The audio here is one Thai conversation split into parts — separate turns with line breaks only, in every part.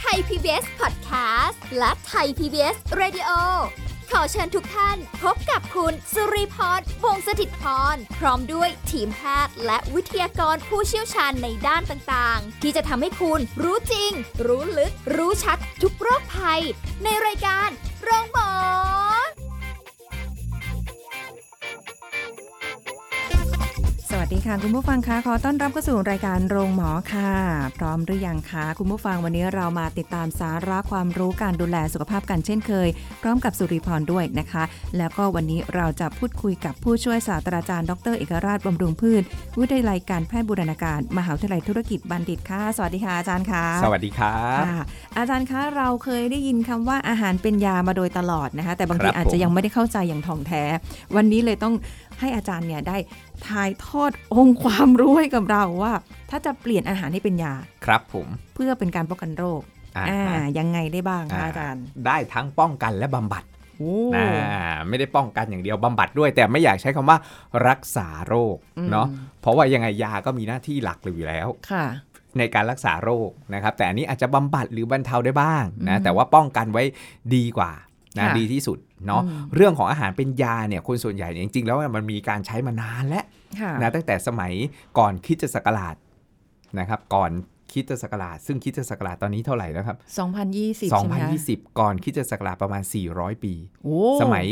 ไทย PBS Podcast และไทย PBS Radio ขอเชิญทุกท่านพบกับคุณ สุริพรวงศสถิตพร พร้อมด้วยทีมแพทย์และวิทยากรผู้เชี่ยวชาญในด้านต่างๆ ที่จะทำให้คุณรู้จริง รู้ลึก รู้ชัดทุกโรคภัย ในรายการโรงพยาบาล
สวัสดีค่ะ คุณผู้ฟังคะขอต้อนรับเข้าสู่รายการโรงหมอค่ะ พร้อมหรือยังคะคุณผู้ฟังวันนี้เรามาติดตามสาระความรู้การดูแลสุขภาพกันเช่นเคย พร้อมกับสุริพรด้วยนะคะ แล้วก็วันนี้เราจะพูดคุยกับผู้ช่วยศาสตราจารย์ดรเอกราชบำรุงพืช วิทยาลัยการแพทย์บูรณาการ มหาวิทยาลัยธุรกิจบัณฑิตค่ะ สวัสดีค่ะอาจารย์ค่ะ
สวัสดีครับ
ค่ะอาจารย์คะเราเคยได้ยินคำว่าอาหารเป็นยามาโดยตลอดนะคะ แต่บางที
ครับ
อาจจะ
ผม
ยังไม่ได้เข้าใจอย่างถ่องแท้ วันนี้เลยต้องให้อาจารย์เนี่ยได้ถ่ายทอดองค์ความรู้ให้กับเราว่า ถ้าจะเปลี่ยนอาหารให้เป็นยา
ครับผม
เพื่อเป็นการป้องกันโรค
อ่า
อ่า
ฮะ
ยังไงได้บ้างคะ
อ่า
อาจารย์
ได้ทั้งป้องกันและบำบัด
โอ้
นะไม่ได้ป้องกันอย่างเดียวบำบัดด้วย แต่ไม่อยากใช้คำว่ารักษาโรคเนาะเพราะว่ายังไงยาก็มีหน้าที่หลักอยู่แล้ว
ค่ะ
ในการรักษาโรคนะครับ แต่อันนี้อาจจะบำบัดหรือบรรเทาได้บ้างนะ
อืม
แต่ว่าป้องกันไว้ดีกว่านะ
ค่ะ
ดีที่สุดเนาะ
อืม
เรื่องของอาหารเป็นยาเนี่ยคนส่วนใหญ่เนี่ยจริง ๆ แล้วมันมีการใช้มานานแล้ว
ค่ะ
นะตั้งแต่สมัยก่อนคริดจะศักราชนะครับ ก่อนคริดจะศักราช ซึ่งคริดจะศักราชตอนนี้เท่าไหร่แล้วครับ
2020
2020 ก่อนคริดจะศักราชประมาณ 400 ปี
2020โอ้
สมัย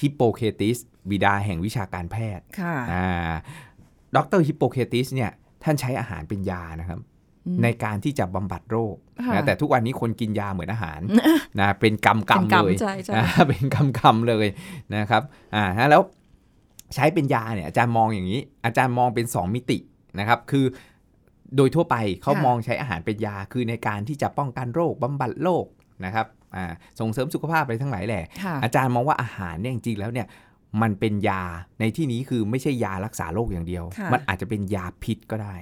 ฮิปโปเครติส บิดาแห่งวิชาการแพทย์
ค่ะ
อ่าดรฮิปโปเครติสเนี่ยท่านใช้อาหารเป็นยานะครับ
อืม
ในการที่จะบำบัดโรค
ค่ะ
นะแต่ทุกวันนี้คนกินยาเหมือนอาหารนะเป็นกำกำ
เป็นกำ
เลย
ใช่ใช่
นะ เป็นกำกำเลยนะครับอ่าฮะแล้วใช้เป็นยาเนี่ยอาจารย์มองอย่างนี้ อาจารย์มองเป็น 2 มิตินะครับ คือโดยทั่วไปเขามองใช้อาหารเป็นยาคือในการที่จะป้องกันโรคบำบัดโรคนะครับอ่าส่งเสริมสุขภาพอะไรทั้งหลายแหละ
ค่ะ
อาจารย์มองว่าอาหารเนี่ยจริงๆแล้วเนี่ยมันเป็นยาในที่นี้คือไม่ใช่ยารักษาโรคอย่างเดียว
ค่ะ
มันอาจจะเป็นยาพิษก็ได้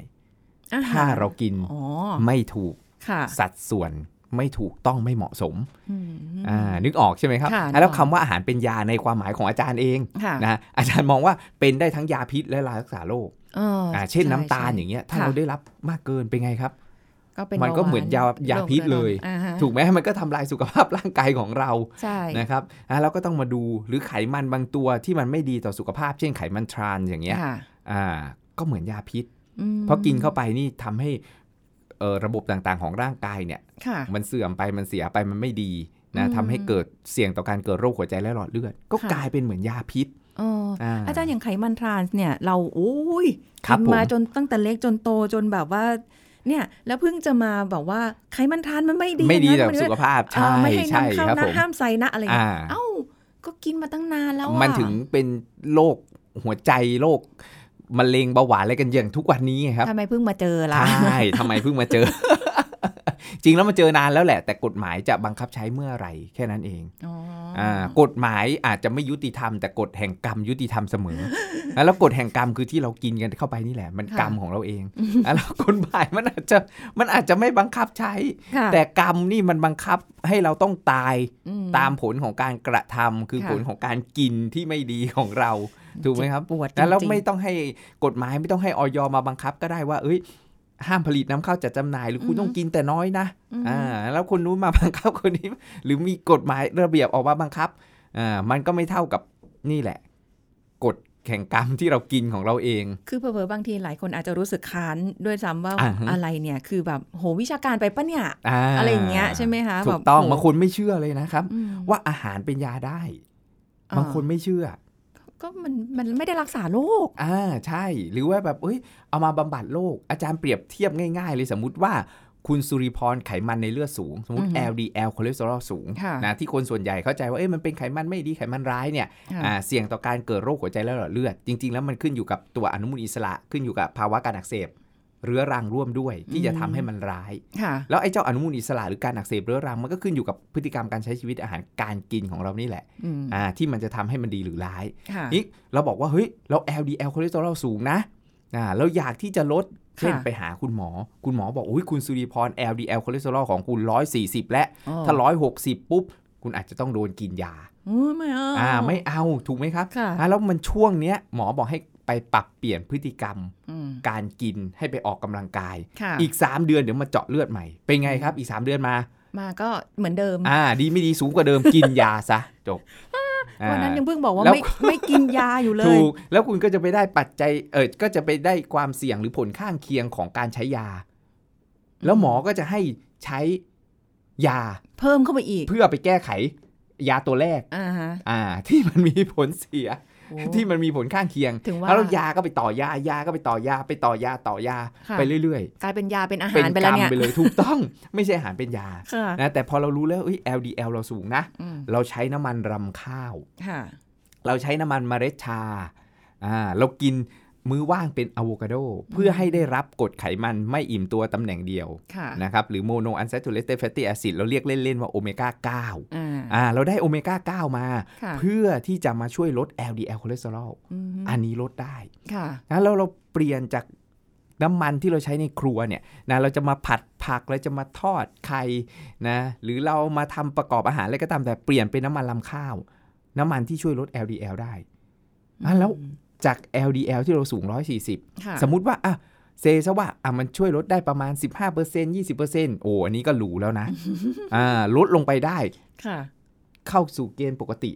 อาห
ถ้าเรากิน
อ๋อ
ไม่ถูก
ค่ะ
สัดส่วนไม่ถูกต้องไม่เหมาะสม
อืม
อ่านึกออกใช่ไหมครับ
ค่ะ
อ่ะแล้
นึก
ว
ออก
คำว่าอาหารเป็นยาในความหมายของอาจารย์เอง
ค่ะ
นะอาจารย์มองว่าเป็นได้ทั้งยาพิษและยารักษาโรค
เอออ่
าเช่น
ใ
น้ำตาล
ใช่
อย่างเงี้ยถ้า
ค่ะ
เราได้รับมากเกินเป็นไงครับ
ก็เป็น
มันก็
บว
เหมือนยายาพิษเลย
อ่าฮะ
ถูกไหมมันก็ทำลายสุขภาพร่างกายของเรา
ใช่
นะครับอ่ะเราก็ต้องมาดูหรือไขมันบางตัวที่มันไม่ดีต่อสุขภาพ เช่นไขมันทรานส์อย่างเงี้ย
ค่ะ
อ่าก็เหมือนยาพิษ
อืม
เพราะกินเข้าไปนี่ทำให้เอ่อระบบต่างๆของร่างกายเนี่ย
ค่ะ
มันเสื่อมไปมันเสียไปมันไม่ดี
อื
นะ
ม
ทำให้เกิดเสี่ยงต่อการเกิดโรคหัวใจและหลอดเลือด ก็
ค่ะ
กลายเป็นเหมือนยาพิษ
เออ
อ่า
อาจารย์อย่างไขมันทรานส์เนี่ย เราโอ้ย
ครับ
กินมา
ผม
จนตั้งแต่เล็กจนโตจนแบบว่า เนี่ย แล้วเพิ่งจะมาแบบว่าไขมันทรานมันไม่ดี
ไม่ดี
นะ
ต่
มั
อนสุขภาพ
เอ่
ใช่
อไม่ให้
ใช่
นำเข้า
ครับ
นะ
ผม
ห้ามใส่นะอะไรอย่าง
อ่า
เงี้ยเอ้า ก็กินมาตั้งนานแล้วอะ
มันถึงเป็นโรคหัวใจโรคมะเร็งเบาหวานอะไรกันอย่างทุกวันนี้ไงครับ
ทำไมเพิ่งมาเจอ
ใช
ล่ะ
่ทำไมเพิ่งมาเจอ จริงแล้วมาเจอนานแล้วแหละ แต่กฎหมายจะบังคับใช้เมื่อไหร่แค่นั้นเอง
อ๋ออ
อ่ากฎหมายอาจจะไม่ยุติธรรมแต่กฎแห่งกรรมยุติธรรมเสม อ แล้วกฎแห่งกรรมคือที่เรากินกันเข้าไปนี่แหละ มัน
ค่ะ
กรรมของเราเองแล้วกฎหมายมันอาจจะมันอาจจะไม่บังคับใช้
ค่ะ
แต่กรรมนี่มันบังคับให้เราต้องตาย
อื
ตามผลของการกระทำคือ
ค่ะ
ผลของการกินที่ไม่ดีของเราถูกไหมครับ
ปวด
แล้ว
จริงๆ
ไม่ต้องให้กฎหมายไม่ต้องให้ออยมาบังคับก็ได้ว่า เอ้ย ห้ามผลิตน้ำเข้าจัดจำหน่ายหรือคุณต้องกินแต่น้อยนะ
ม
อ่าแล้วคนนู้นมาบังคับคนนี้ หรือมีกฎหมายระเบียบออกมาบังคับอ่ามันก็ไม่เท่ากับนี่แหละ กฎแข่งกรรมที่เรากินของเราเอง
คือเผลอๆบางทีหลายคนอาจจะรู้สึกค้านด้วยซ้ำว่า
อ่าฮะ
อะไรเนี่ย คือแบบโหวิชาการไปปะเนี่ย
อ่า
อะไรอย่างเงี้ยใช่ไหมคะ
ถูกต้อ
แบบ
งางคนไม่เชื่อเลยนะครับ
อืม
ว่าอาหารเป็นยาได้
อ่
บางคนไม่เชื่อ
ก็มันมันไม่ได้รักษาโรค
อ่าใช่ หรือว่าแบบเอ้ยเอามาบำบัดโรคอาจารย์เปรียบเทียบง่ายๆ เลยสมมุติว่าคุณสุริพรไขมันในเลือดสูง สมมติ LDL คอเลสเตอรอลสูง
ค่ะ
นะที่คนส่วนใหญ่เข้าใจว่าเอ้ยมันเป็นไขมันไม่ดีไขมันร้ายเนี่ย
ค่ะ
อ่าเสี่ยงต่อการเกิดโรคหัวใจและหลอดเลือด จริง ๆ แล้วมันขึ้นอยู่กับตัวอนุมูลอิสระขึ้นอยู่กับภาวะการอักเสบเรื้อรังร่วมด้วย ที่จะทำให้มันร้าย
ค่ะ
แล้วไอ้เจ้าอนุมูลอิสระหรือการอักเสบเรื้อรังมันก็ขึ้นอยู่กับพฤติกรรมการใช้ชีวิตอาหารการกินของเรานี่แหละ
อืม
อ่าที่มันจะทำให้มันดีหรือร้าย
ค่ะ
นี่เราบอกว่าเฮ้ยเรา LDL คอเลสเตอรอลสูงนะอ่าเราอยากที่จะลด
ค่ะ
เช่นไปหาคุณหมอ คุณหมอบอกอุ้ยคุณสุริพร LDL คอเลสเตอรอลของคุณ140 และ
โอ้
ถ้า 160 ปุ๊บ คุณอาจจะต้องโดนกินยา
อู้ไม่เอา
อ่าไม่เอาถูกไหมครับ
ค่ะ
อ่าแล้วมันช่วงเนี้ยหมอบอกให้ไปปรับเปลี่ยนพฤติกรรม
อืม
การกินให้ไปออกกำลังกาย
ค่ะ
อีก 3 เดือนเดี๋ยวมาเจาะเลือดใหม่ เป็นไงครับ อีก 3 เดือนมา
มาก็เหมือนเดิม
อ่า ดีไม่ดีสูงกว่าเดิม กินยาซะ จบ
วันนั้นยัง
อ่
เพิ่งบอกว่า
แล้ว
ไม่ไม่กินยาอยู่เล
ถู
ย
ก แล้วคุณก็จะไปได้ปัจจัย เออก็จะไปได้ความเสี่ยงหรือผลข้างเคียงของการใช้ยา แล้วหมอก็จะให้ใช้ยา
เพิ่มเข้าไปอีก
เพื่อไปแก้ไข ยาตัวแรก
อ่าฮะ
อ่า ที่มันมีผลเสีย
โอ้
ที่มันมีผลข้างเคียง
ถึงว่า
แล้วยาก็ไปต่อยายาก็ไปต่อยา ไปต่อยาต่อยา
ค่ะ
ไปเรื่อยๆ
กลายเป็นยาเป็นอาหา
เป็น
รไป
กร
แล้ว
รม
เนี่ย
ไปเลยถูก ต้อง ไม่ใช่อาหารเป็นยา
ค่ะ
นะแต่พอเรารู้แล้วเอ้ย LDL เราสูงนะ
อืม
เราใช้น้ำมันรำข้าว
ค่ะ
เราใช้น้ำมันเมล็ดชาอ่าเรากินมื้อว่างเป็นอะโวคาโด เพื่อให้ได้รับกรดไขมันไม่อิ่มตัวตำแหน่งเดียว
ค่ะ
นะครับหรือโมโนอันแซตูเลตเต a ดแฟตตี้แอซิดเราเรียกเล่น ๆ ว่าโอเมก้า
อ่า
9อ่าเราได้โอเมก้า9มา
ค่ะ
เพื่อที่จะมาช่วยลด LDL คอเลสเตอรอล
อืม
อันนี้ลดได้
ค่ะ
นะแล้วเราเปลี่ยนจากน้ำมันที่เราใช้ในครัวเนี่ยนะเราจะมาผัดผักเราจะมาทอดไข่นะหรือเรามาทำประกอบอาหารอะไรก็ตามแต่เปลี่ยนเป็นน้ำมันลำข้าว น้ำมันที่ช่วยลด LDL ได้นะแล้วจาก LDL ที่เราสูง 140
ค่ะ
สมมุติว่าอ่ะเซซะว่าอ่ะมันช่วยลดได้ประมาณ 15% 20%โอ้อันนี้ก็หรู แล้วนะ อ่าลดลงไปได้
ค่ะ
เข้าสู่เกณฑ์ปกติ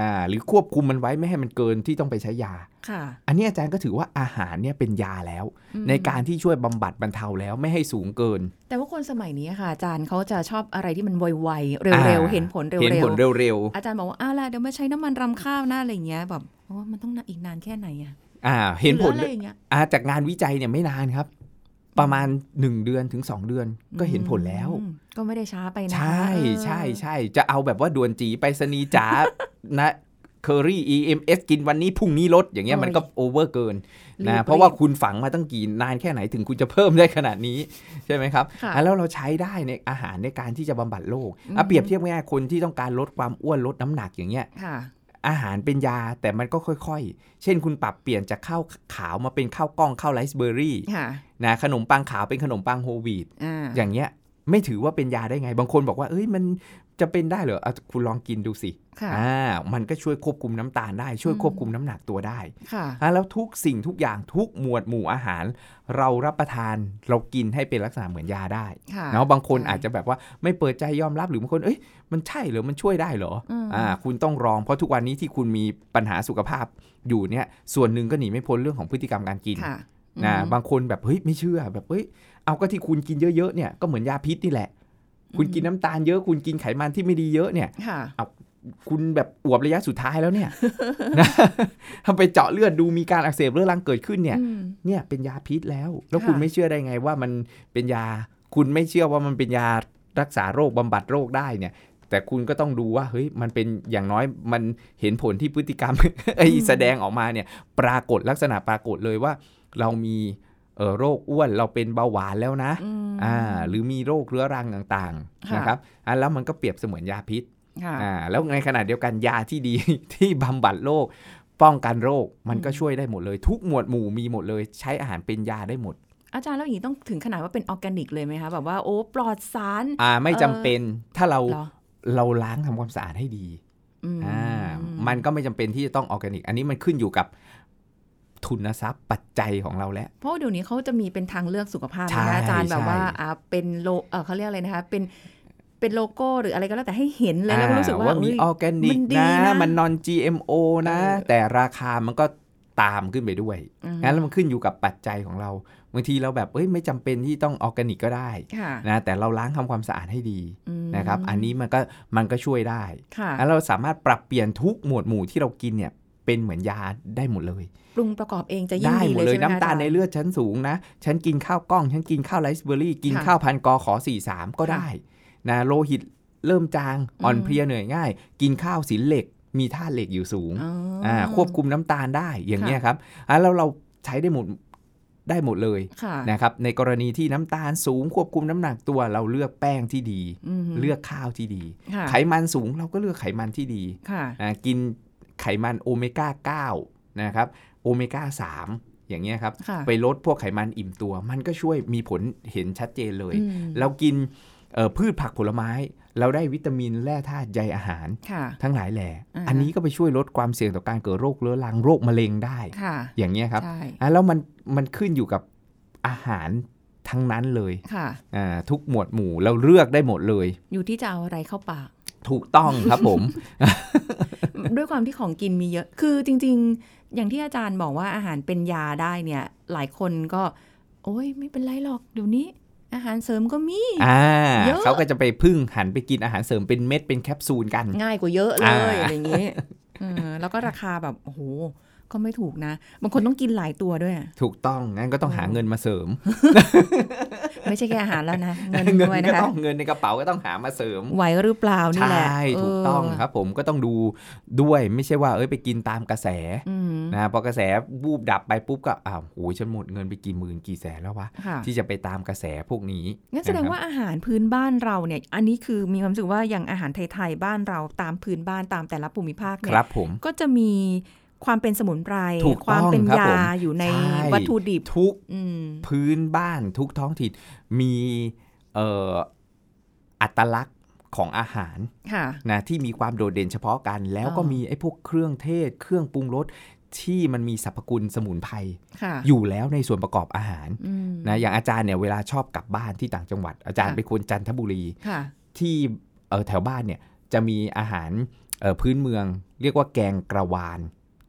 อ่าหรือควบคุมมันไว้ไม่ให้มันเกินที่ต้องไปใช้ยา
ค่ะ
อันนี้อาจารย์ก็ถือว่าอาหารเนี่ยเป็นยาแล้ว
อืม
ในการที่ช่วยบำบัดบรรเทาแล้วไม่ให้สูงเกิน
แต่ว่าคนสมัยนี้ค่ะ อาจารย์เขาจะชอบอะไรที่มันไวๆ
อ่า
เร็วๆเห็นผลเร็วๆ
เห็นผลเร็ว
อาจารย์บอกว่าอ้าวล่ะเดี๋ยวมาใช้น้ำมันรำข้าวนะอะไรอย่างเงี้ยแบบโอ้มันต้องนานอีกนานแค่ไหนอ่ะ
ๆอ่าเห็นผล
รืออะไรอย่างเงี้ย
อ่าจากงานวิจัยเนี่ยไม่นานครับ ประมาณ 1 เดือนถึง 2 เดือนก็เห็นผลแล้ว
อืมก็ไม่ได้ช้าไปนะ
ใช่
เออ
ใช่ใช่จะเอาแบบว่าด่วนจีไปสนีย์จ๋า นะเคอรี่ EMS กินวันนี้พรุ่งนี้ลดอย่างเงี้ยมันก็โอเวอร์เกิน
บ
นะ
ๆ
เพราะว่าคุณฝังมาตั้งกี่นานแค่ไหนถึงคุณจะเพิ่มได้ขนาดนี้ ใช่ไหมครับ
ค่ะ
อ่ะแล้วเราใช้ได้ในอาหารในการที่จะบำบัดโรค
อือฮึ
อ่ะเปรียบเทียบง่ายๆคนที่ต้องการลดความอ้วนลดน้ำหนักอย่างเงี้ย
ค่ะ
อาหารเป็นยาแต่มันก็ค่อยๆ เช่นคุณปรับเปลี่ยนจากข้าวขาวมาเป็นข้าวกล้องข้าวไรซ์เบอร์รี่
ค่ะ
นะขนมปังขาวเป็นขนมปังโฮลวีต
อ่า
อย่างเงี้ยไม่ถือว่าเป็นยาได้ไง บางคนบอกว่าเอ้ยมันจะเป็นได้เหรออะคุณลองกินดูสิ
ค่ะ
อ่ามันก็ช่วยควบคุมน้ำตาลได้ช่วย
อืม
ควบคุมน้ำหนักตัวได้
ค่ะ
อ่ะแล้วทุกสิ่งทุกอย่างทุกหมวดหมู่อาหาร เรารับประทานเรากินให้เป็นลักษณะเหมือนยาได้
ค่ะ
เนาะบางคน
ใช่
อาจจะแบบว่าไม่เปิดใจยอมรับหรือบางคนเอ้ยมันใช่เหรอมันช่วยได้เหรอ
อืม
อ่า คุณต้องลองเพราะทุกวันนี้ที่คุณมีปัญหาสุขภาพอยู่เนี่ย ส่วนหนึ่งก็หนีไม่พ้นเรื่องของพฤติกรรมการกิน
ค่ะ
นะ
อืม
บางคนแบบเฮ้ยไม่เชื่อแบบเฮ้ยเอาก็ที่คุณกินเยอะๆเนี่ยก็เหมือนยาพิษนี่แหละ คุณ
อืม
กินน้ำตาลเยอะคุณกินไขมันที่ไม่ดีเยอะเนี่ย
ค่ะ
คุณแบบอวบระยะสุดท้ายแล้ว เนี่ย นะ ถ้าไปเจาะเลือดดูมีการอักเสบเรื้อรังเกิดขึ้นเนี่ย
อืม
เนี่ยเป็นยาพิษแล้ว แล้วคุณ
ค่ะ
ไม่เชื่อได้ไงว่ามันเป็นยา คุณไม่เชื่อว่ามันเป็นยารักษาโรคบำบัดโรคได้เนี่ย แต่คุณก็ต้องดูว่าเฮ้ยมันเป็นอย่างน้อยมันเห็นผลที่พฤติกรรม ไอ้แสดงออกมาเนี่ยปรากฏลักษณะปรากฏเลยว่า เรามีเอ่อโรคอ้วนเราเป็นเบาหวานแล้วนะ
อืม
อ่าหรือมีโรคเรื้อรังต่างๆ
ค่ะ
นะครับอ่ะแล้วมันก็เปรียบเสมือนยาพิษ
ค่ะ
อ่าแล้วในขณะเดียวกันยาที่ ดี ที่บำบัดโรคป้องกันโรคมันก็
อืม
ช่วยได้หมดเลย ทุกหมวดหมู่มีหมดเลย ใช้อาหารเป็นยาได้หมด
อาจารย์แล้วอย่างนี้ต้องถึงขนาดว่าเป็นออร์แกนิกเลยไหมคะแบบว่าโอ้ปลอดสาร
อ่าไม่จำ
เอ่อ
เป็นถ้าเรา
เหรอ
เราล้างทำความสะอาดให้ดี
อืม
อ่ามันก็ไม่จำเป็นที่จะต้องออร์แกนิก อันนี้มันขึ้นอยู่กับทุนทรัพย์ปัจจัยของเราแล้ว
เพราะว่าเดี๋ยวนี้เขาจะมีเป็นทางเลือกสุขภาพ
ใช่
นะคะอาจารย์แบบว่า
ใช่
อ่าเป็นโลเอ่อเขาเรียกอะไรนะคะเป็นเป็นโลโก้หรืออะไรก็แล้วแต่ให้เห็นเลยแล้วก็รู้สึกว่า
มี
เอ้ย
ออร์แกนิก
มันดี
นะ
นะ
มันนอน GMO นะ
เออ
แต่ราคามันก็ตามขึ้นไปด้วย
อืม
งั้นแล้วมันขึ้นอยู่กับปัจจัยของเราบางทีเราแบบเอ้ยไม่จำเป็นที่ต้องออร์แกนิกก็ได้
ค่ะ
นะแต่เราล้างทำความสะอาดให้ดี
อืม
นะครับ อันนี้มันก็มันก็ช่วยได้
ค่ะ
แล้วเราสามารถปรับเปลี่ยนทุกหมวดหมู่ที่เรากินเนี่ยเป็นเหมือนยาได้หมดเลย
ปรุงประกอบเองจะยิ่ง
ได้
ดี
หมด
เล
เลย
ใช่
ย
ไหมคะ
น้ำตาล
อจรย์
ในเลือดชั้นสูงนะ ฉันกินข้าวกล้อง ฉันกินข้าวไรซ์เบอร์รี่ กิน
ค่ะ
ข้าวพันกอขอสี่สามก็ได้นะโลหิตเริ่มจางอ่อน
อืม
เพลียเหนื่อยง่าย กินข้าวสินเหล็ก มีธาตุเหล็กอยู่สูง
อ๋ออ
่าควบคุมน้ำตาลได้อย่างเงี้ยครับอ่ะแล้วเราใช้ได้หมดได้หมดเลย
ค่ะ
นะครับในกรณีที่น้ำตาลสูง ควบคุมน้ำหนักตัวเราเลือกแป้งที่ดี
ม
เลือกข้าวที่ดี
ค่ะ
ไขมันสูงเราก็เลือกไขมันที่ดี
ค่ะ
อ่ากินไขมันโอเมก้า 9 นะครับโอเมก้า 3 อย่างเงี้ยครับ
ค่ะ
ไปลดพวกไขมันอิ่มตัว มันก็ช่วยมีผลเห็นชัดเจนเลย
อืม
เรากิน เอ่อพืชผักผลไม้ เราได้วิตามินแร่ธาตุใยอาหาร
ค่ะ
ทั้งหลายแหล่
อ่าฮะ
อันนี้ก็ไปช่วยลดความเสี่ยงต่อการเกิดโรคเรื้อรังโรคมะเร็งได้
ค่ะ
อย่างเงี้ยครับ
ใช่
อ่ะแล้วมันมันขึ้นอยู่กับอาหารทั้งนั้นเลย
ค่ะ
อ่าทุกหมวดหมู่เราเลือกได้หมดเลย
อยู่ที่จะเอาอะไรเข้าปาก
ถูกต้องครับ ผม
ด้วยความที่ของกินมีเยอะ คือจริง ๆ อย่างที่อาจารย์บอกว่าอาหารเป็นยาได้เนี่ย หลายคนก็ โอ้ยไม่เป็นไรหรอกเดี๋ยวนี้ อาหารเสริมก็มี
อ่า
เยอะ
เขาก็จะไปพึ่งหันไปกินอาหารเสริมเป็นเม็ดเป็นแคปซูลกัน
ง่ายกว่าเยอะเลย
อ่า
อะไรอย่างนี้เออแล้วก็ราคาแบบโอ้โหก็ไม่ถูกนะ บางคนต้องกินหลายตัวด้วย
ถูกต้องงั้นก็ต้องหาเงินมาเสริม
ไม่ใช่แค่อาหารแล้ว นะ เงินด้วย
ก็
นะคะ
ต้องเงินในกระเป๋าก็ต้องหามาเสริม
ไหวหรือเปล่านี่แหละ
ใช่ ถูกต้องครับผมก็ต้องดูด้วยไม่ใช่ว่าเอ้ยไปกินตามกระแส
อืม
นะพอกระแสบูบดับไปปุ๊บก็อ้าวโอ้ยฉันหมดเงินไปกี่หมื่นกี่แสนแล้ววะ
ค่ะ
ที่จะไปตามกระแสพวกนี้
งั้นแสดงว่า
ะครับ
อาหารพื้นบ้านเราเนี่ย อันนี้คือมีความรู้สึกว่าอย่างอาหารไทยๆบ้านเราตามพื้นบ้านตามแต่ละภูมิภาค
ค
เนี่ย
รับผม
ก็จะมีความเป็นสมุนไพร
ถูกต้อง
ความเป็น
ครับ
ยา
ผม
อยู่ใน
ใช่
วัตถุดิบ
ทุก
อืม
พื้นบ้านทุกท้องถิ่นมีเอ่ออัตลักษณ์ของอาหาร
ค่ะ
นะที่มีความโดดเด่นเฉพาะกัน แล้วก็
อ๋อ
มีไอ้พวกเครื่องเทศ เครื่องปรุงรสที่มันมีสรรพคุณสมุนไพร
ค่ะ
อยู่แล้วในส่วนประกอบอาหาร
อืม
นะอย่างอาจารย์เนี่ยเวลาชอบกลับบ้านที่ต่างจังหวัด อาจารย์
ค่ะ
เป็นคนจันทบุรี
ค่ะ
ที่เอ่อแถวบ้านเนี่ยจะมีอาหารเอ่อพื้นเมือง เรียกว่าแกงกระวาน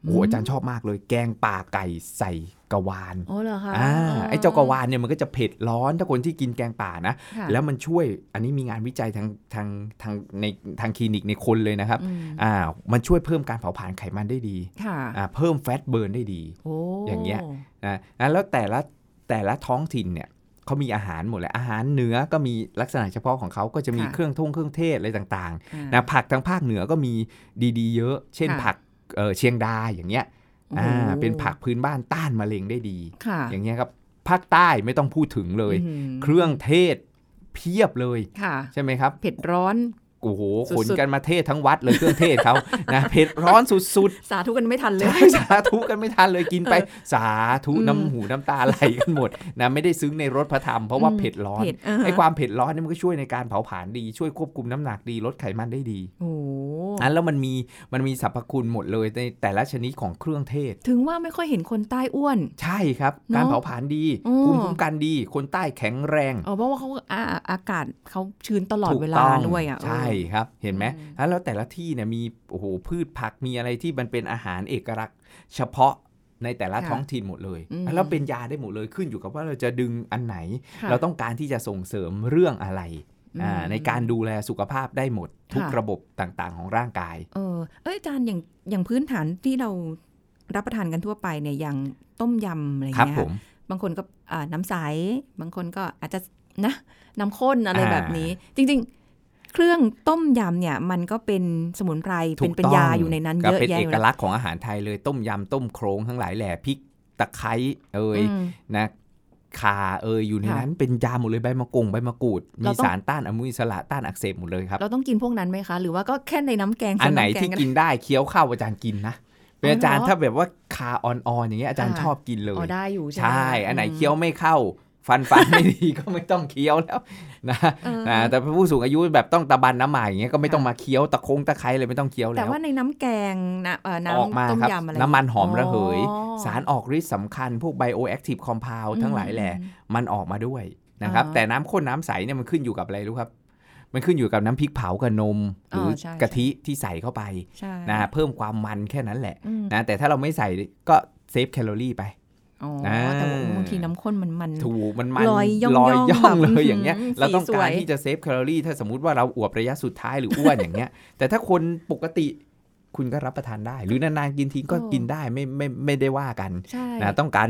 โอ้โห
อืม
อาจารย์ชอบมากเลย แกงป่าไก่ใส่กระวาน
โอ้เหรอคะ
อ่าไอ้เจ้ากระวานเนี่ยมันก็จะเผ็ดร้อนถ้าคนที่กินแกงป่านะ
ค่ะ
แล้วมันช่วยอันนี้มีงานวิจัยทางทางทางในทางคลินิกในคนเลยนะครับ
อืม
อ่ามันช่วยเพิ่มการเผาผลาญไขมันได้ดี
ค่ะ
อ่าเพิ่มแฟตเบิร์นได้ดี
โอ้
อย่างเงี้ย นะนะแล้วแต่ละแต่ละท้องถิ่นเนี่ยเขามีอาหารหมดเลยอาหารเหนือก็มีลักษณะเฉพาะของเขาก็จะมีเครื่องท่งเครื่องเทศอะไรต่าง
อ่า
ๆนะผักทางภาคเหนือก็มีดีๆ เยอะ เช่น
ค่ะ
ผักเอ่อเชียงดาอย่างเงี้ยอ่า
โอ้โห
เป็นผักพื้นบ้านต้านมะเร็งได้ดี
ค่ะ
อย่างเงี้ยครับภาคใต้ไม่ต้องพูดถึงเลย
อืม
เครื่องเทศเพียบเลย
ค่ะ
ใช่ไหมครับ
เผ็ดร้อน
โอ้โห
สุดๆ
ขนกันมาเทศทั้งวัดเลยเครื่องเทศเขา นะเผ็ดร้อนสุดๆ
สาธุกันไม่ทันเลย
สาธุกันไม่ทันเลยกินไป สาธุ
อืม
น้ำหูน้ำตาไหลกันหมด นะไม่ได้ซึ้งในรสพระธรรมเพราะว่าเผ็ดร้อน
เผ็ดอ่ฮะ
ไอ้ความเผ็ดร้อนเนี่ยมันก็ช่วยในการเผาผลาญดีช่วยควบคุมน้ำหนักดีลดไขมันได้ดี
โอ้
อันแล้วมันมีมันมีสรรพคุณหมดเลยในแต่ละชนิดของเครื่องเทศ
ถึงว่าไม่ค่อยเห็นคนใต้อ้วน
ใช่ครับ
เนอะ
การเผาผลาญดี
อืม
ภูมิคุ้มกันดี คนใต้แข็งแรง
เออเพราะว่าเขาอาอากาศเขาชื้นตลอด
ถูก
เว
ต้
ลาง ด้วยอ่ะเออ
ใช่ครับเห็นไหม
อืม
แล้วแต่ละที่เนี่ยมีโอ้โหพืชผักมีอะไรที่มันเป็นอาหารเอกลักษณ์ เฉพาะในแต่ละ
ค่ะ
ท้องถิ่นหมดเลย
อืม
แล้วเป็นยาได้หมดเลยขึ้นอยู่กับว่าเราจะดึงอันไหน
ค่ะ
เราต้องการที่จะส่งเสริมเรื่องอะไร
อืม
อ่าในการดูแลสุขภาพได้หมด ทุก
ค่ะ
ระบบต่างๆของร่างกาย
เออเอยอาจารย์อย่างอย่างพื้นฐานที่เรารับประทานกันทั่วไปเนี่ยอย่างต้มยำอะไร
ครับ
เงี้
ผ
ย
ม
บางคนก็อ่าน้ำใส บางคนก็อาจจะนะน้ำข้นอะไรแบบนี้ จริง ๆ เครื่องต้มยำเนี่ย มันก็เป็นสมุนไพร
ถู
เป็น
ก
เป็น
ต้อง
ยาอยู่ในนั้น
ก็
เยอะ
เป็น
แยะ
เอ
อยู่
ก
แล้ว
ลักษณ์ของอาหารไทยเลยต้มยำต้มโครงทั้งหลายแหล่พริกตะไคร้เอ่ย
อืม
นะข่าเอ่ยอยู่ใน
ค่ะ
นั้นเป็นยาหมดเลยใบมะกงใบมะกรูด
เรา
มี
ต้อง
สารต้านอนุมูลอิสระต้านอักเสบหมดเลยครับ
เราต้องกินพวกนั้นไหมคะ หรือว่าก็แค่ในน้ำแกง
อันไหน
ใส่ำแง
ที่
ได้
กินได้เคี้ยวข้าวอาจารย์กินนะเป็น
อ๋อ
อาจารย์
เหรอ
ถ้าแบบว่าคาออนๆอย่างเงี้ยอาจารย์
อ่า
ชอบกินเลย
อ๋อได้อยู่ใช่
ใช่
มคะ
อันไหน
ม
เคี้ยวไม่เข้า ฟันฟัน ไม่ดีก็ไม่ต้องเคี้ยวแล้วนะ
เออ
นะแต่ผู้สูงอายุแบบต้องตะบันน้ำหมายอย่างเงี้ยก็ไม่
ค่ะ
ต้องมาเคี้ยวตะโคงตะไคร้เลยไม่ต้องเคี้ยว
แต่
แล้ว
ว่าในน้ำแกงนะเอ่อ
ออกมา
น้ำต้ม
ครับ
ยำอะไร
น้ำมันหอมระเหย
อ๋อ
สารออกฤทธิ์สำคัญ พวกไบโอแอคทีฟคอมเพล
อืม
ทั้งหลายแหล่มันออกมาด้วยนะครับ
อ่า
แต่น้ำข้นน้ำใสเนี่ยมันขึ้นอยู่กับอะไรรู้ครับ มันขึ้นอยู่กับน้ำพริกเผากับนม หรือ
ใช่
กะทิที่ใส่เข้าไป
ใช่
นะเพิ่มความมันแค่นั้นแหละ
อืม
นะแต่ถ้าเราไม่ใส่ก็เซฟแคลอรี่ไป
อ๋อ
อ่า
แต่ว่าบางทีน้ำข้นมันมัน
ถูกมันมัน
ลอยย่องๆ
ลย่อง
แบบ
เลยอย่างเงี้ย
อื้อหือ
เราต้อง
สีส
กา
วย
รที่จะเซฟแคลอรี่ถ้าสมมติว่าเราอวบระยะสุดท้ายหรืออ้วนอย่างเงี้ย แต่ถ้าคนปกติคุณก็รับประทานได้ หรือนานๆกินทีก็กินได้ไม่ไม่ไม่ได้ว่ากัน
ใช่
นะต้องการ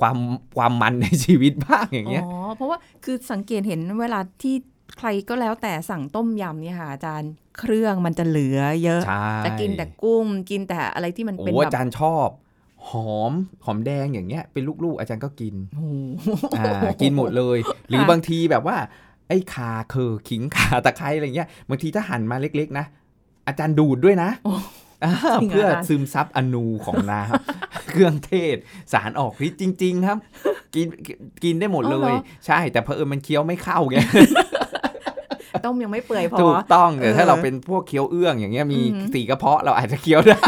ความความมันในชีวิตบ้างอย่างเงี้ย
อ๋อเพราะว่าคือสังเกตเห็นเวลาที่ใครก็แล้วแต่สั่งต้มยำเนี่ยค่ะอาจารย์เครื่องมันจะเหลือเยอะ
ใช่
จะกินแต่กุ้งกินแต่อะไรที่มันเป็น
โอ้
แบ
อา
บ
จารย์ชอบ หอมหอมแดงอย่างเงี้ยเป็นลูกๆ อาจารย์ก็กิ น
โอ้โห
อ่ากินหมดเลย หรือ
ค่ะ
บางทีแบบว่า ไอ้ขาเคอขิงขาตะไคร้อะไรเงี้ยบางทีถ้าหั่นมาเล็กๆ นะ อาจารย์ดูดด้วยนะ อ่า
จริงเหรอ
เพื่อ
คะ
ซึมซับอนูของน้ำ เครื่องเทศ สารออกฤทธิ์จริง ๆ ครับ กินกินได้หมด
อ๋อ
เล
เหร
ย
อ
ใช่ แต่เพอเอิญมันเคี้ยวไม่เข้าไง
ต้มยังไม่เปื่อยพอ
ถูกต้องแต่ถ้า
เออ
เราเป็นพวกเคี้ยวเอื้องอย่างเงี้ยมี
อืม
สีกระเพาะเราอาจจะเคี้ยวได้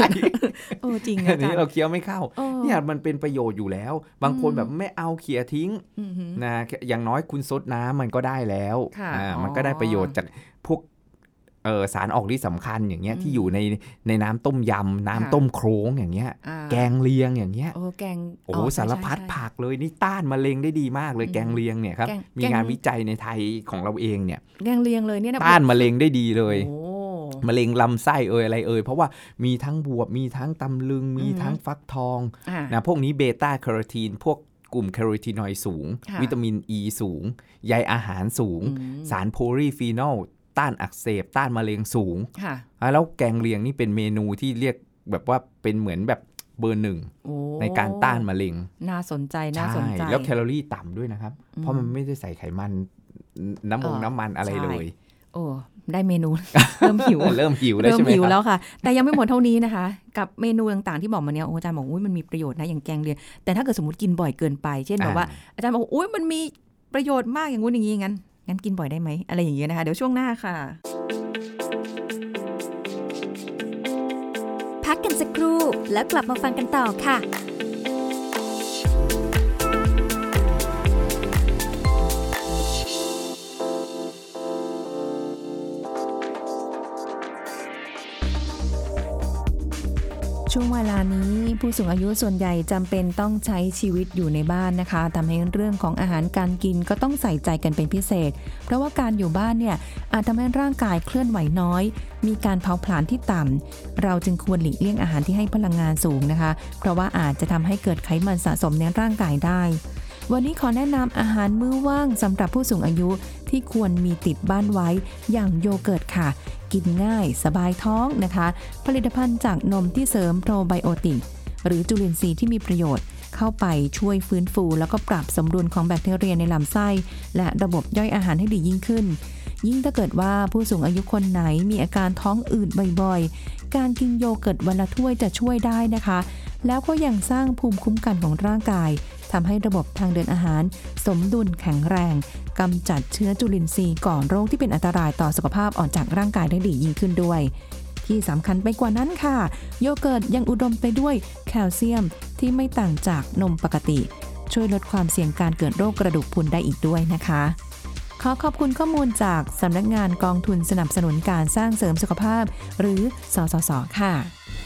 โอ้จริง
อั
อาน จา
นี้
รย์
เราเคี้ยวไม่เข้า
โอ้
เนี่ยมันเป็นประโยชน์อยู่แล้ว บางคน
อืม
แบบไม่เอาเขี่ยทิ้ง
อือหือ
นะอย่างน้อยคุณซดน้ำมันก็ได้แล้ว
ค่ะ
อ่า
อ๋อ
มันก็ได้ประโยชน์จากพวกเอ่อสารออกฤทธิ์สำคัญอย่างเงี้ย
อืม
ที่อยู่ในในน้ำต้มยำน้ำ
ค่ะ
ต้มโครงอย่างเงี้ย
อ่า
แกงเลียงอย่างเงี้ย
โอ้แกง
โอ้โห
ใช่
สารพัด
ใช่
ผักเลยนี่ต้านมะเร็งได้ดีมากเลย
อืม
แกงเลียงเนี่ยครับ
แกง
มี
แกง
งานวิจัยในไทยของเราเองเนี่ย
แกงเลียงเลยเนี่ยนะ
ต้านมะเร็งได้ดีเลย
โอ้
มะเร็งลำไส้เอยอะไรเอยเพราะว่ามีทั้งบวบมีทั้งตำลึง มี
อืม
ทั้งฟักทอง
อ่า
นะพวกนี้เบต้าแคโรทีนพวกกลุ่มแคโรทีนอยด์สูง
ค่ะ
วิตามินอ e ีสูงใยอาหารสูง
อืม
สารโพลีฟีนอลต้านอักเสบ ต้านมะเร็งสูง
ค่ะ
อ่ะแล้วแกงเลียงนี่เป็นเมนูที่เรียกแบบว่าเป็นเหมือนแบบเบอร์หนึ่ง
โอ้
ในการต้านมะเร็ง
น่าสนใจน่า
ใช่
สนใจ
แล้วแคลอรี่ต่ำด้วยนะครับ
อืม
เพราะมันไม่ได้ใส่ไขมันน้ำมง
เออ
น้ำมันอะไร
ใช่
เลย
โอ้ได้เม นู เริ่มหิว
เริ่มหิวแล้ว
เริ่
ใช่
ม
ไหม
หิว
ค
แล้
รั
ว
บ
ค่ะ แต่ยังไม่หมดเท่านี้นะคะ กับเมนูต่างๆที่บอกมาเนี่ยโอ้อาจารย์บอกอุ้ยมันมีประโยชน์นะอย่างแกงเลียงแต่ถ้าเกิดสมมติกินบ่อยเกินไป เช่นแบบว่าอาจารย์บอกอุ้ยมันมีประโยชน์มากอย่างงู้นอย่างนี้งั้นงั้นกินบ่อยได้ไหมอะไรอย่างเงี้ยนะคะเดี๋ยวช่วงหน้าค่ะ
พักกันสักครู่แล้วกลับมาฟังกันต่อค่ะ
ช่วงเวลานี้ผู้สูงอายุส่วนใหญ่จำเป็นต้องใช้ชีวิตอยู่ในบ้านนะคะทำให้เรื่องของอาหารการกินก็ต้องใส่ใจกันเป็นพิเศษ เพราะว่าการอยู่บ้านเนี่ยอาจทำให้ร่างกายเคลื่อนไหวน้อย มีการเผาผลาญที่ต่ำเราจึงควรหลีกเลี่ยงอาหารที่ให้พลังงานสูงนะคะ เพราะว่าอาจจะทำให้เกิดไขมันสะสมในร่างกายได้ วันนี้ขอแนะนำอาหารมื้อว่างสำหรับผู้สูงอายุที่ควรมีติดบ้านไว้อย่างโยเกิร์ตค่ะ กินง่ายสบายท้องนะคะ ผลิตภัณฑ์จากนมที่เสริมโปรไบโอติกหรือจุลินทรีย์ที่มีประโยชน์ เข้าไปช่วยฟื้นฟู แล้วก็ปรับสมดุลของแบคทีเรียในลำไส้ และระบบย่อยอาหารให้ดียิ่งขึ้น ยิ่งถ้าเกิดว่าผู้สูงอายุคนไหนมีอาการท้องอืดบ่อยๆ การกินโยเกิร์ตวันละถ้วยจะช่วยได้นะคะ แล้วก็ยังสร้างภูมิคุ้มกันของร่างกายทำให้ระบบทางเดินอาหาร สมดุลแข็งแรงกำจัดเชื้อจุลินทรีย์ก่อโรคที่เป็นอันตรายต่อสุขภาพออกจากร่างกายได้ดียิ่งขึ้นด้วย ที่สำคัญไปกว่านั้นค่ะ โยเกิร์ตยังอุดมไปด้วยแคลเซียมที่ไม่ต่างจากนมปกติ ช่วยลดความเสี่ยงการเกิดโรคกระดูกพรุนได้อีกด้วยนะคะ ขอขอบคุณข้อมูลจากสำนักงานกองทุนสนับสนุนการสร้างเสริมสุขภาพ หรือสสส ค่ะ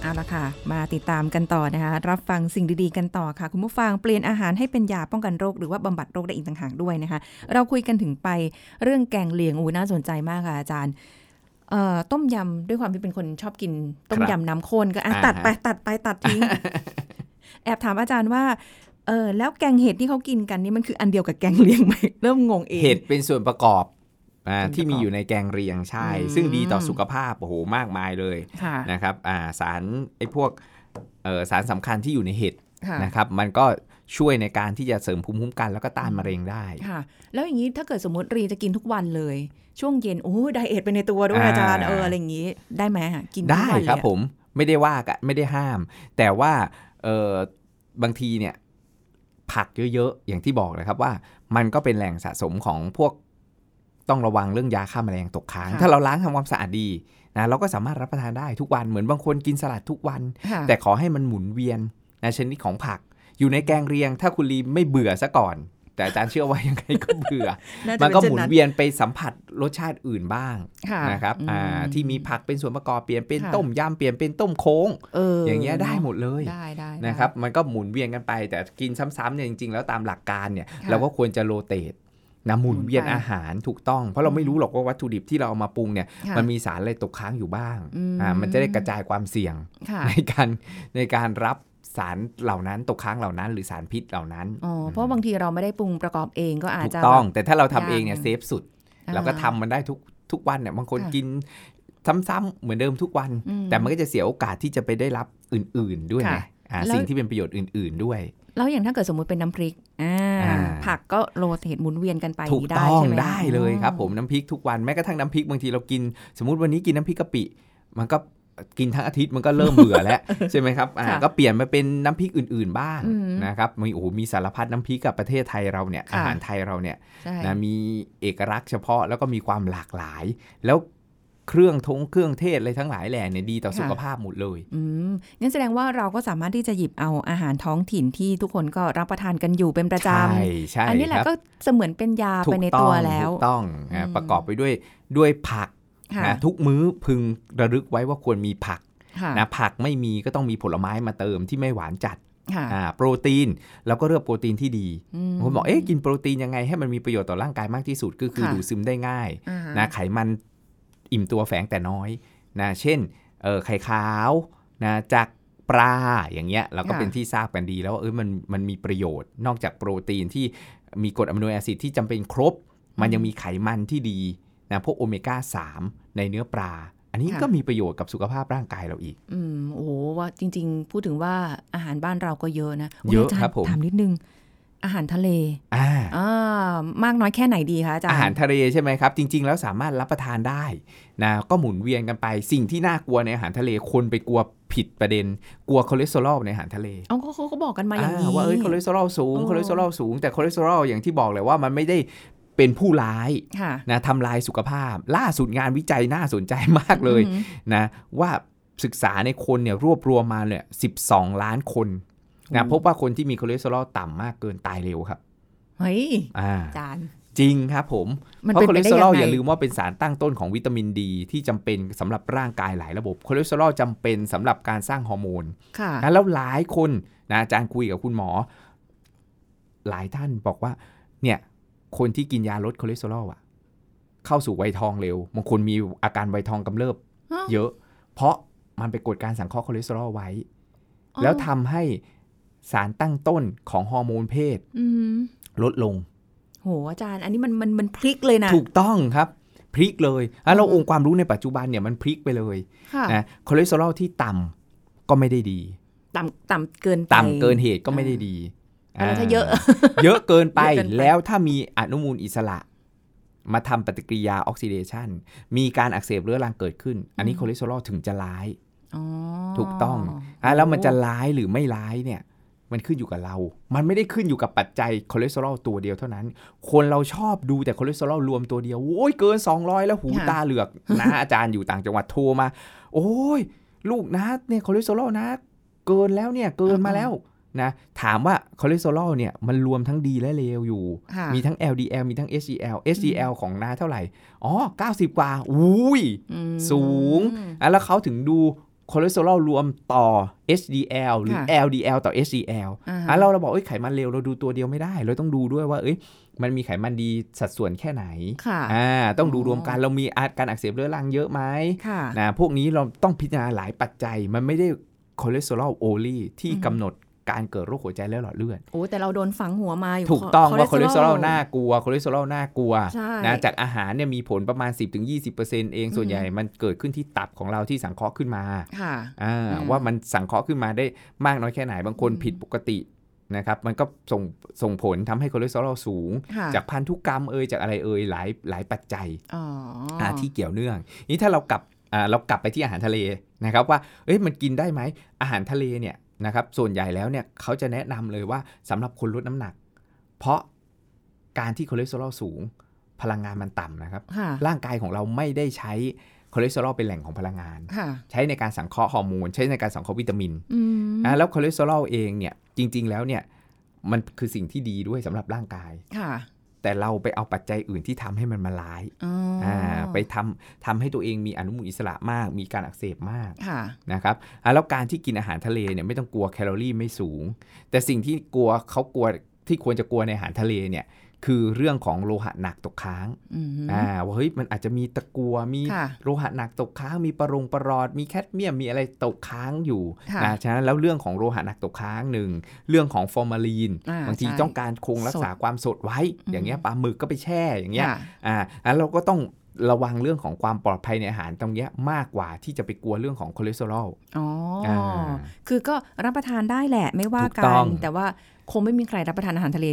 เอาละค่ะ มาติดตามกันต่อนะคะ รับฟังสิ่งดีๆกันต่อค่ะ คุณผู้ฟังเปลี่ยนอาหารให้เป็นยาป้องกันโรคหรือว่าบำบัดโรคได้อีกต่างหากด้วยนะคะ เราคุยกันถึงไปเรื่องแกงเลียงโอ้น่าสนใจมากค่ะอาจารย์เอ่อต้มยำด้วยความที่เป็นคนชอบกิน ต้มยำน้ำข้นก็อ่ะ
อ่าฮะ
ตัดไปตัดไปตัด ทิ้ง แอบถามอาจารย์ว่าเออแล้วแกงเห็ดที่เขากินกันนี่มันคืออันเดียวกับแกงเลียงไหม เริ่มงงเอง
เห็ดเป็นส่วนประกอบอ่า
ส่วนประกอบ
ที่มีอยู่ในแกงเรียงใช่
อืม
ซึ่งดีต่อสุขภาพโอ้โหมากมายเลย
ค่ะ
นะครับอ่าสารไอ้พวกเอ่อสารสำคัญที่อยู่ในเห็ด
ค่ะ
นะครับมันก็ช่วยในการที่จะเสริมภูมิคุ้มกันแล้วก็ต้านมะเร็งได้
ค่ะ แล้วอย่างนี้ถ้าเกิดสมมติรีจะกินทุกวันเลย ช่วงเย็นโอ้ยไดเอทไปในตัวด้วย
อ่า
อาจารย์เอออะไรอย่างนี้ ได้ไหมอะกินทุก
ได้
วันเลย
ครับ
อะ
ผมไม่ได้ว่ากันไม่ได้ห้าม แต่ว่าเออบางทีเนี่ยผักเยอะๆ อย่างที่บอกนะครับว่ามันก็เป็นแหล่งสะสมของพวกต้องระวังเรื่องยาฆ่าแมลงตกค้าง ถ้าเราล้างทำความสะอาดดีนะเราก็สามารถรับประทานได้ทุกวันเหมือนบางคนกินสลัดทุกวัน
ค่ะ
แต่ขอให้มันหมุนเวียนนะชนิดของผัก อยู่ในแกงเรียง ถ้าคุณลีไม่เบื่อซะก่อน แต่อาจารย์เชื่อว่ายังไงก็เบื่อ
าจะ
มันก็
เป็
หมุน
เช่
เวียนไปสัมผัสรสชาติอื่นบ้าง
ค่ะ
นะครับ
อืม
อ่าที่มีผักเป็นส่วนประกอบเปลี่ยนเป็น
ค่ะ
ต้มยำเปลี่ยนเป็นต้มโค้ง
เออ
อ
อย่าง
เงี้ยได้หมดเลย
ได้ได้
นะครับ
ได้
มันก็หมุนเวียนกันไป แต่กินซ้ำๆเนี่ยจริงๆ แล้วตามหลักการเนี่ย
ค่ะ
เราก็ควรจะโรเตทนะหมุนเวียน
หมุนไป
อาหารถูกต้อง เพราะเราไม่รู้หรอกว่าวัตถุดิบที่เราเอามาปรุงเนี่ย
ค่ะ
มันมีสารอะไรตกค้างอยู่บ้าง
อืม
มันจะได้กระจายความเสี่ยง
ค่ะ
ในการ ในการรับสารเหล่านั้นตกค้างเหล่านั้น หรือสารพิษเหล่านั้น
อ๋อเพราะบางทีเราไม่ได้ปรุงประกอบเองก็อาจ
ถูก
จะ
ต้อง
แบบ
แต่ถ้าเราทำเองเนี่ย
ยาก
เซฟสุด เราก็ทำมันได้ทุก ทุกวันเนี่ยบางคน
ค่ะ
กินซ้ำๆเหมือนเดิมทุกวัน
อืม
แต่มันก็จะเสียโอกาสที่จะไปได้รับอื่น ๆด้วยไง
ค่ะ
อ่า
แล้ว
สิ่งที่เป็นประโยชน์อื่น ๆด้วย
แล้วอย่างถ้าเกิดสมมุติเป็นน้ำพริกอ่า
อ่า
ผักก็โรเตทหมุนเวียนกันไป
ถูก
ย่า
ต้อง
นี้ได้
ได้
ใช่ห
เลยครับ
อ๋อ
ผมน้ำพริกทุกวันแม้กระทั่งน้ำพริกบางทีเรากิน สมมุติวันนี้กินน้ำพริกกะปิ มันก็กินทั้งอาทิตย์มันก็เริ่มเบื่อ แล้ว ใช่ไหมครับอ่า
ค่ะ
ก็เปลี่ยนมาเป็นน้ำพริกอื่น ๆ บ้าง
อืม
นะครับมีโอ้โหมีสารพัดน้ำพริกกับประเทศไทยเราเนี่ย
ค่ะ
อาหารไทยเราเนี่ย
ใช่
นะมีเอกลักษณ์เฉพาะแล้วก็มีความหลากหลาย แล้วเครื่องทงเครื่องเทศอะไรทั้งหลายแหล่เนี่ยดีต่อ
ค่ะ
สุขภาพหมดเลย
อืมงั้นแสดงว่าเราก็สามารถที่จะหยิบเอาอาหารท้องถิ่นที่ทุกคนก็รับประทานกันอยู่เป็นประจ
ใช่ใช่
ำอันี้แหละ
ครับ
ก็เสมือนเป็นยา
ถู
ไป
ก
ใน
ต้
ตั
อ
ว
ง
แล้ว
ถูกต้องนะ
อืม
ประกอบไปด้วยด้วยผัก
ค่ะ
นะทุกมื้อพึงระลึกไว้ว่าควรมีผัก
ค่ะ
นะผักไม่มีก็ต้องมีผลไม้มาเติมที่ไม่หวานจัด
ค่ะ
อ่าโปรตีนเราก็เลือกโปรตีนที่ดี
ม
บางคนบอกเอ๊ะกินโปรตีนยังไงให้มันมีประโยชน์ต่อร่างกายมากที่สุดก็คือ
ค่ะ
ดูดซึมได้ง่าย
อ่าฮ
นะไขมันอิ่มตัวแฝงแต่น้อยนะเช่นเอ่อไข่ขาวนะจากปลาอย่างเงี้ยเราก็
ค่ะ
เป็นที่ทราบกันดีแล้วว่าเออมันมันมีประโยชน์ นอกจากโปรตีนที่มีกรดอะมิโนแอซิดที่จำเป็นครบ มันยังมีไขมันที่ดีนะพวกโอเมก้า 3 ในเนื้อปลา อันนี้
ค่ะ
ก็มีประโยชน์กับสุขภาพร่างกายเราอีก
อืมโอ้โหว่าจริง ๆ พูดถึงว่าอาหารบ้านเราก็เยอะนะ
เยอะ
าจา
ครับผม
ถามนิดนึง อาหารทะเล
อ่า
อ่ามากน้อยแค่ไหนดีคะอาจารย์
อาหารทะเลใช่ไหมครับ จริง ๆ แล้วสามารถรับประทานได้นะก็หมุนเวียนกันไป สิ่งที่น่ากลัวในอาหารทะเลคนไปกลัวผิดประเด็น กลัวคอเลสเตอรอลในอาหารทะเล
เอาเขาเขาก็บอกกันมาอย่างนี้
อ่ว่าเอ้ยคอเลสเตอรอลสูง
โอ้
คอเลสเตอรอลสูง แต่คอเลสเตอรอลอย่างที่บอกเลยว่ามันไม่ได้เป็นผู้ร้าย
ค่ะ
นะทำลายสุขภาพ ล่าสุดงานวิจัยน่าสนใจมากเลย
อืม
นะว่าศึกษาในคนเนี่ยรวบรวมมาเนี่ย12 ล้านคนนะ
โอ้
พบว่าคนที่มีคอเลสเตอรอลต่ำมากเกินตายเร็วครับ
เฮ้ย
อ่า
อาจารย์
จริงครับผม
มัน
เพราะ
เป็น
คอ
ไป
เลส
ได้
เตอ
ยังไง
รอลอย่าลืมว่าเป็นสารตั้งต้นของวิตามินดีที่จำเป็นสำหรับร่างกายหลายระบบคอเลสเตอรอลจำเป็นสำหรับการสร้างฮอร์โมน
ค่ะ
นะแล้วหลายคนนะอาจารย์คุยกับคุณหมอ หลายท่านบอกว่า เนี่ย คนที่กินยาลดคอเลสเตอรอลอะเข้าสู่วัยทองเร็วบางคนมีอาการวัยทองกำเริบ
ฮะ
เยอะ เพราะมันไปกดการสังเคราะห์คอเลสเตอรอลไว้
อ๋อ
แล้วทำให้สารตั้งต้นของฮอร์โมนเพศ
อืม
ลดลง
โหอาจารย์ อันนี้มันมันมันพลิกเลยนะ
ถูกต้องครับ พลิกเลยอ่ะเรา
อืม
องค์ความรู้ในปัจจุบันเนี่ยมันพลิกไปเลย
ค่ะ
นะคอเลสเตอรอลที่ต่ำก็ไม่ได้ดี
ต่ำต่ำเกินไป
ต่ำเกินเหตุก็ไม่ได้ดี
อ่าแล้วถ้าเยอะ
เยอะเกินไป
เยอะเกินไป
แล้วถ้ามีอนุมูลอิสระ มาทำปฏิกิริยาออกซิเดชันมีการอักเสบเรื้อรังเกิดขึ้น อันนี้คอเลสเตอรอลถึงจะร้าย
อ๋อ
ถูกต้อง อ่ะแล้วมันจะร้ายหรือไม่ร้ายเนี่ย มันขึ้นอยู่กับเรา มันไม่ได้ขึ้นอยู่กับปัจจัยคอเลสเตอรอลตัวเดียวเท่านั้น คนเราชอบดูแต่คอเลสเตอรอลรวมตัวเดียว โอ้ยเกิน 200 แล้วหูตาเหลือก นะอาจารย์อยู่ต่างจังหวัดโทรมา โอ้ย ลูกนะเนี่ยคอเลสเตอรอลนะ เกินแล้วเนี่ยเกินมาแล้วนะ ถามว่าคอเลสเตอรอลเนี่ยมันรวมทั้งดีและเลวอยู่
ค่ะ
มีทั้ง LDL มีทั้ง HDL HDL ของน้าเท่าไหร่ อ๋อ 90 กว่า อุ้ย
อืม
สูงอ่ะแล้วเขาถึงดูคอเลสเตอรอลรวมต่อ HDL หรือ
ค่ะ
LDL ต่อ HDL
อ่าฮะ
อ่ะเราเราบอกเอ้ยไขมันเลวเราดูตัวเดียวไม่ได้ เราต้องดูด้วยว่า เอ้ยมันมีไขมันดีสัดส่วนแค่ไหน
ค่ะ
อ่าต้องดู
อ๋อ
รวมกันเรามีอาการอักเสบเรื้อรังเยอะไหม
ค่ะ
นะพวกนี้เราต้องพิจารณาหลายปัจจัย มันไม่ได้คอเลสเตอรอลโอลีที่
อืม
กำหนดการเกิดโรคหัวใจและหลอดเลือด
โอ้แต่เราโดนฝังหัวมาอยู่
ถูกต้องว่าคอเลสเตอรอล
ค
น่ากลัวคอเลสเตอรอลน่ากลัว
ใช่
นะจากอาหารเนี่ยมีผลประมาณ 10-20%เองส่วนใหญ่มันเกิดขึ้นที่ตับของเราที่สังเคราะห์ขึ้นมา
ค่ะ
อ่า
อืม
ว่ามันสังเคราะห์ขึ้นมาได้มากน้อยแค่ไหนบางคน
อืม
ผิดปกตินะครับมันก็ส่งส่งผลทำให้คอเลสเตอรอลสูง
ค่ะ
จากพันธุกรรมเอ่ยจากอะไรเอ่ยหลายหลายปัจจัย
อ๋อ
อ่าที่เกี่ยวเนื่อง นี่ถ้าเรากลับอ่าเรากลับไปที่อาหารทะเลนะครับว่าเอ้ยมันกินได้ไหมอาหารทะเลเนี่ยนะครับส่วนใหญ่แล้วเนี่ยเขาจะแนะนำเลยว่าสำหรับคนลดน้ำหนัก เพราะการที่คอเลสเตอรอลสูง พลังงานมันต่ำนะครับ
ค่ะ
ร่างกายของเราไม่ได้ใช้คอเลสเตอรอลเป็นแหล่งของพลังงาน
ค่ะ
ใช้ในการสังเคราะห์ฮอร์โมนใช้ในการสังเคราะห์วิตามิน
อืม
นะแล้วคอเลสเตอรอลเองเนี่ยจริง ๆ แล้วเนี่ยมันคือสิ่งที่ดีด้วยสำหรับร่างกาย
ค่ะ
แต่เราไปเอาปัจจัยอื่นที่ทำให้มันมาร้าย
อ๋ออ
อ่าไปทำทำให้ตัวเองมีอนุมูลอิสระมาก มีการอักเสบมาก
ค่ะ
นะครับอ่ะแล้วการที่กินอาหารทะเลเนี่ยไม่ต้องกลัวแคลอรี่ไม่สูง แต่สิ่งที่กลัวเขากลัวที่ควรจะกลัวในอาหารทะเลเนี่ยคือเรื่องของโลหะหนักตกค้าง
อืม
อ่าว่าเฮ้ยมันอาจจะมีตะกัวมี
ค่ะ
โลหะหนักตกค้างมีปะรงปะรอด มีแคดเมียมมีอะไรตกค้างอยู่
ค่ะ
นะฉะนั้นแล้วเรื่องของโลหะหนักตกค้างหนึ่งเรื่องของฟอร์มาลีน
อ่า
บางที
ใช่
ต้องการคงรักษาความสดไว้ อย่างเงี้ย
อืม
ปลาหมึกก็ไปแช่อย่างเงี้ย
ค่ะ
อ่าแล้วเราก็ต้อง ระวังเรื่องของความปลอดภัยในอาหารตรงเนี้ยมากกว่าที่จะไปกลัวเรื่องของคอเลสเตอรอล
อ๋ออา คือก็รับประทานได้แหละไม่ว่า
ถูก
กั
ต้อน ง
แต่ว่าคงไม่มีใครรับประทานอาหารทะเล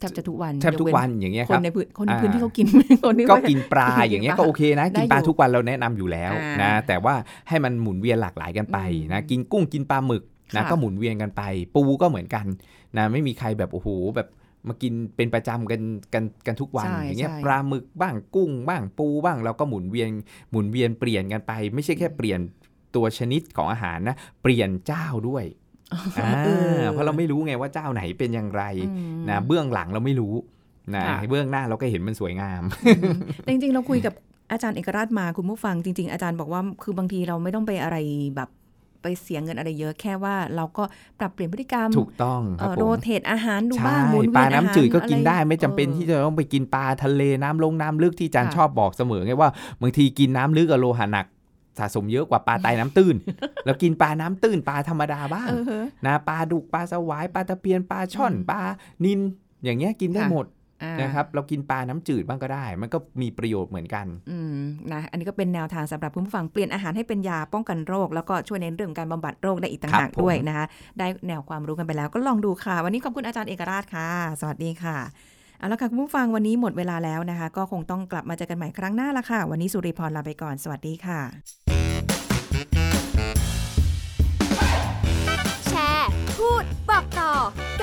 แทบจะทุกวัน
แทบทุกวันอย่างเงี้ย
ค
ครั
น
บ
ในพื้นคนใน
อ่า
พื้นที่เขากิน คนที่
ก็กินปลาอย่างเงี้ยก็โอเคนะ
ได้อ
กิ
ยู่
นปลาทุกวันเราแนะนำอยู่แล้ว
อ่าน
นะแต่ว่าให้มันหมุนเวียนหลากหลายกันไปนะ
อืม
กินกุ้งกินปลาหมึกนะ
ค่ะ
ก็หมุนเวียนกันไป ปูก็เหมือนกันนะไม่มีใครแบบโอ้โหแบบมากินเป็นประจำกันกันกันทุกวัน
ใช่
อย่างเงี้ย
ใช่
ปลาหมึกบ้างกุ้งบ้างปูบ้างเราก็หมุนเวียนหมุนเวียนเปลี่ยนกันไป ไม่ใช่แค่เปลี่ยนตัวชนิดของอาหารนะเปลี่ยนเจ้าด้วย
เออ
าเพราะเราไม่รู้ไงว่าเจ้าไหนเป็นอย่างไร
อืม
นะเบื้องหลังเราไม่รู้นะ
ค่ะ
เบื้องหน้าเราก็เห็นมันสวยงาม
แต่จริงๆ เราคุยกับอาจารย์เอกราชมาคุณผู้ฟังจริง ๆ อาจารย์บอกว่าคือบางทีเราไม่ต้องไปอะไรแบบไปเสียเงินอะไรเยอะแค่ว่าเราก็ปรับเปลี่ยนพฤติกรรม
ถูกต้องครับผม
โรเทตอาหารดู
ใช่
บ้างหมุนเวียน
ปลา
อ
น้ำ
หร
จืดก็กินได้
อะร
ไม่จำเป็นที่จะต้องไปกินปลาทะเลน้ำลงน้ำลึกที่อาจารย์
ค่ะ
ชอบบอกเสมอไงว่าบางทีกินน้ำลึกกับโลหะหนักสะสมเยอะกว่าปลาตายน้ำ ตื้น แล้วกินปลาน้ำตื้นปลาธรรมดาบ้าง
เออเออ
นะปลาดุกปลาสวายปลาตะเพียนปลาช่อน
อืม
ปลานินอย่างเงี้ยกินได้
ค่ะ
หมด
อ่า
นะครับเรากินปลาน้ำจืดบ้างก็ได้ มันก็มีประโยชน์เหมือนกัน
อืมนะอันนี้ก็เป็นแนวทางสำหรับคุณผู้ฟังเปลี่ยนอาหารให้เป็นยาป้องกันโรค แล้วก็ช่วยในเรื่องการบำบัดโรคได้อีกต่างหาก
ครับผม
ด้วยนะคะได้แนวความรู้กันไปแล้วก็ลองดูค่ะ วันนี้ขอบคุณอาจารย์เอกราชค่ะ สวัสดีค่ะเอาละค่ะคุณผู้ฟังวันนี้หมดเวลาแล้วนะคะ ก็คงต้องกลับมาเจอกันใหม่ครั้งหน้าละค่ะ วันนี้สุริพรลาไปก่อนสวัสดีค่ะ
แชร์ พูด บอกต่อ ก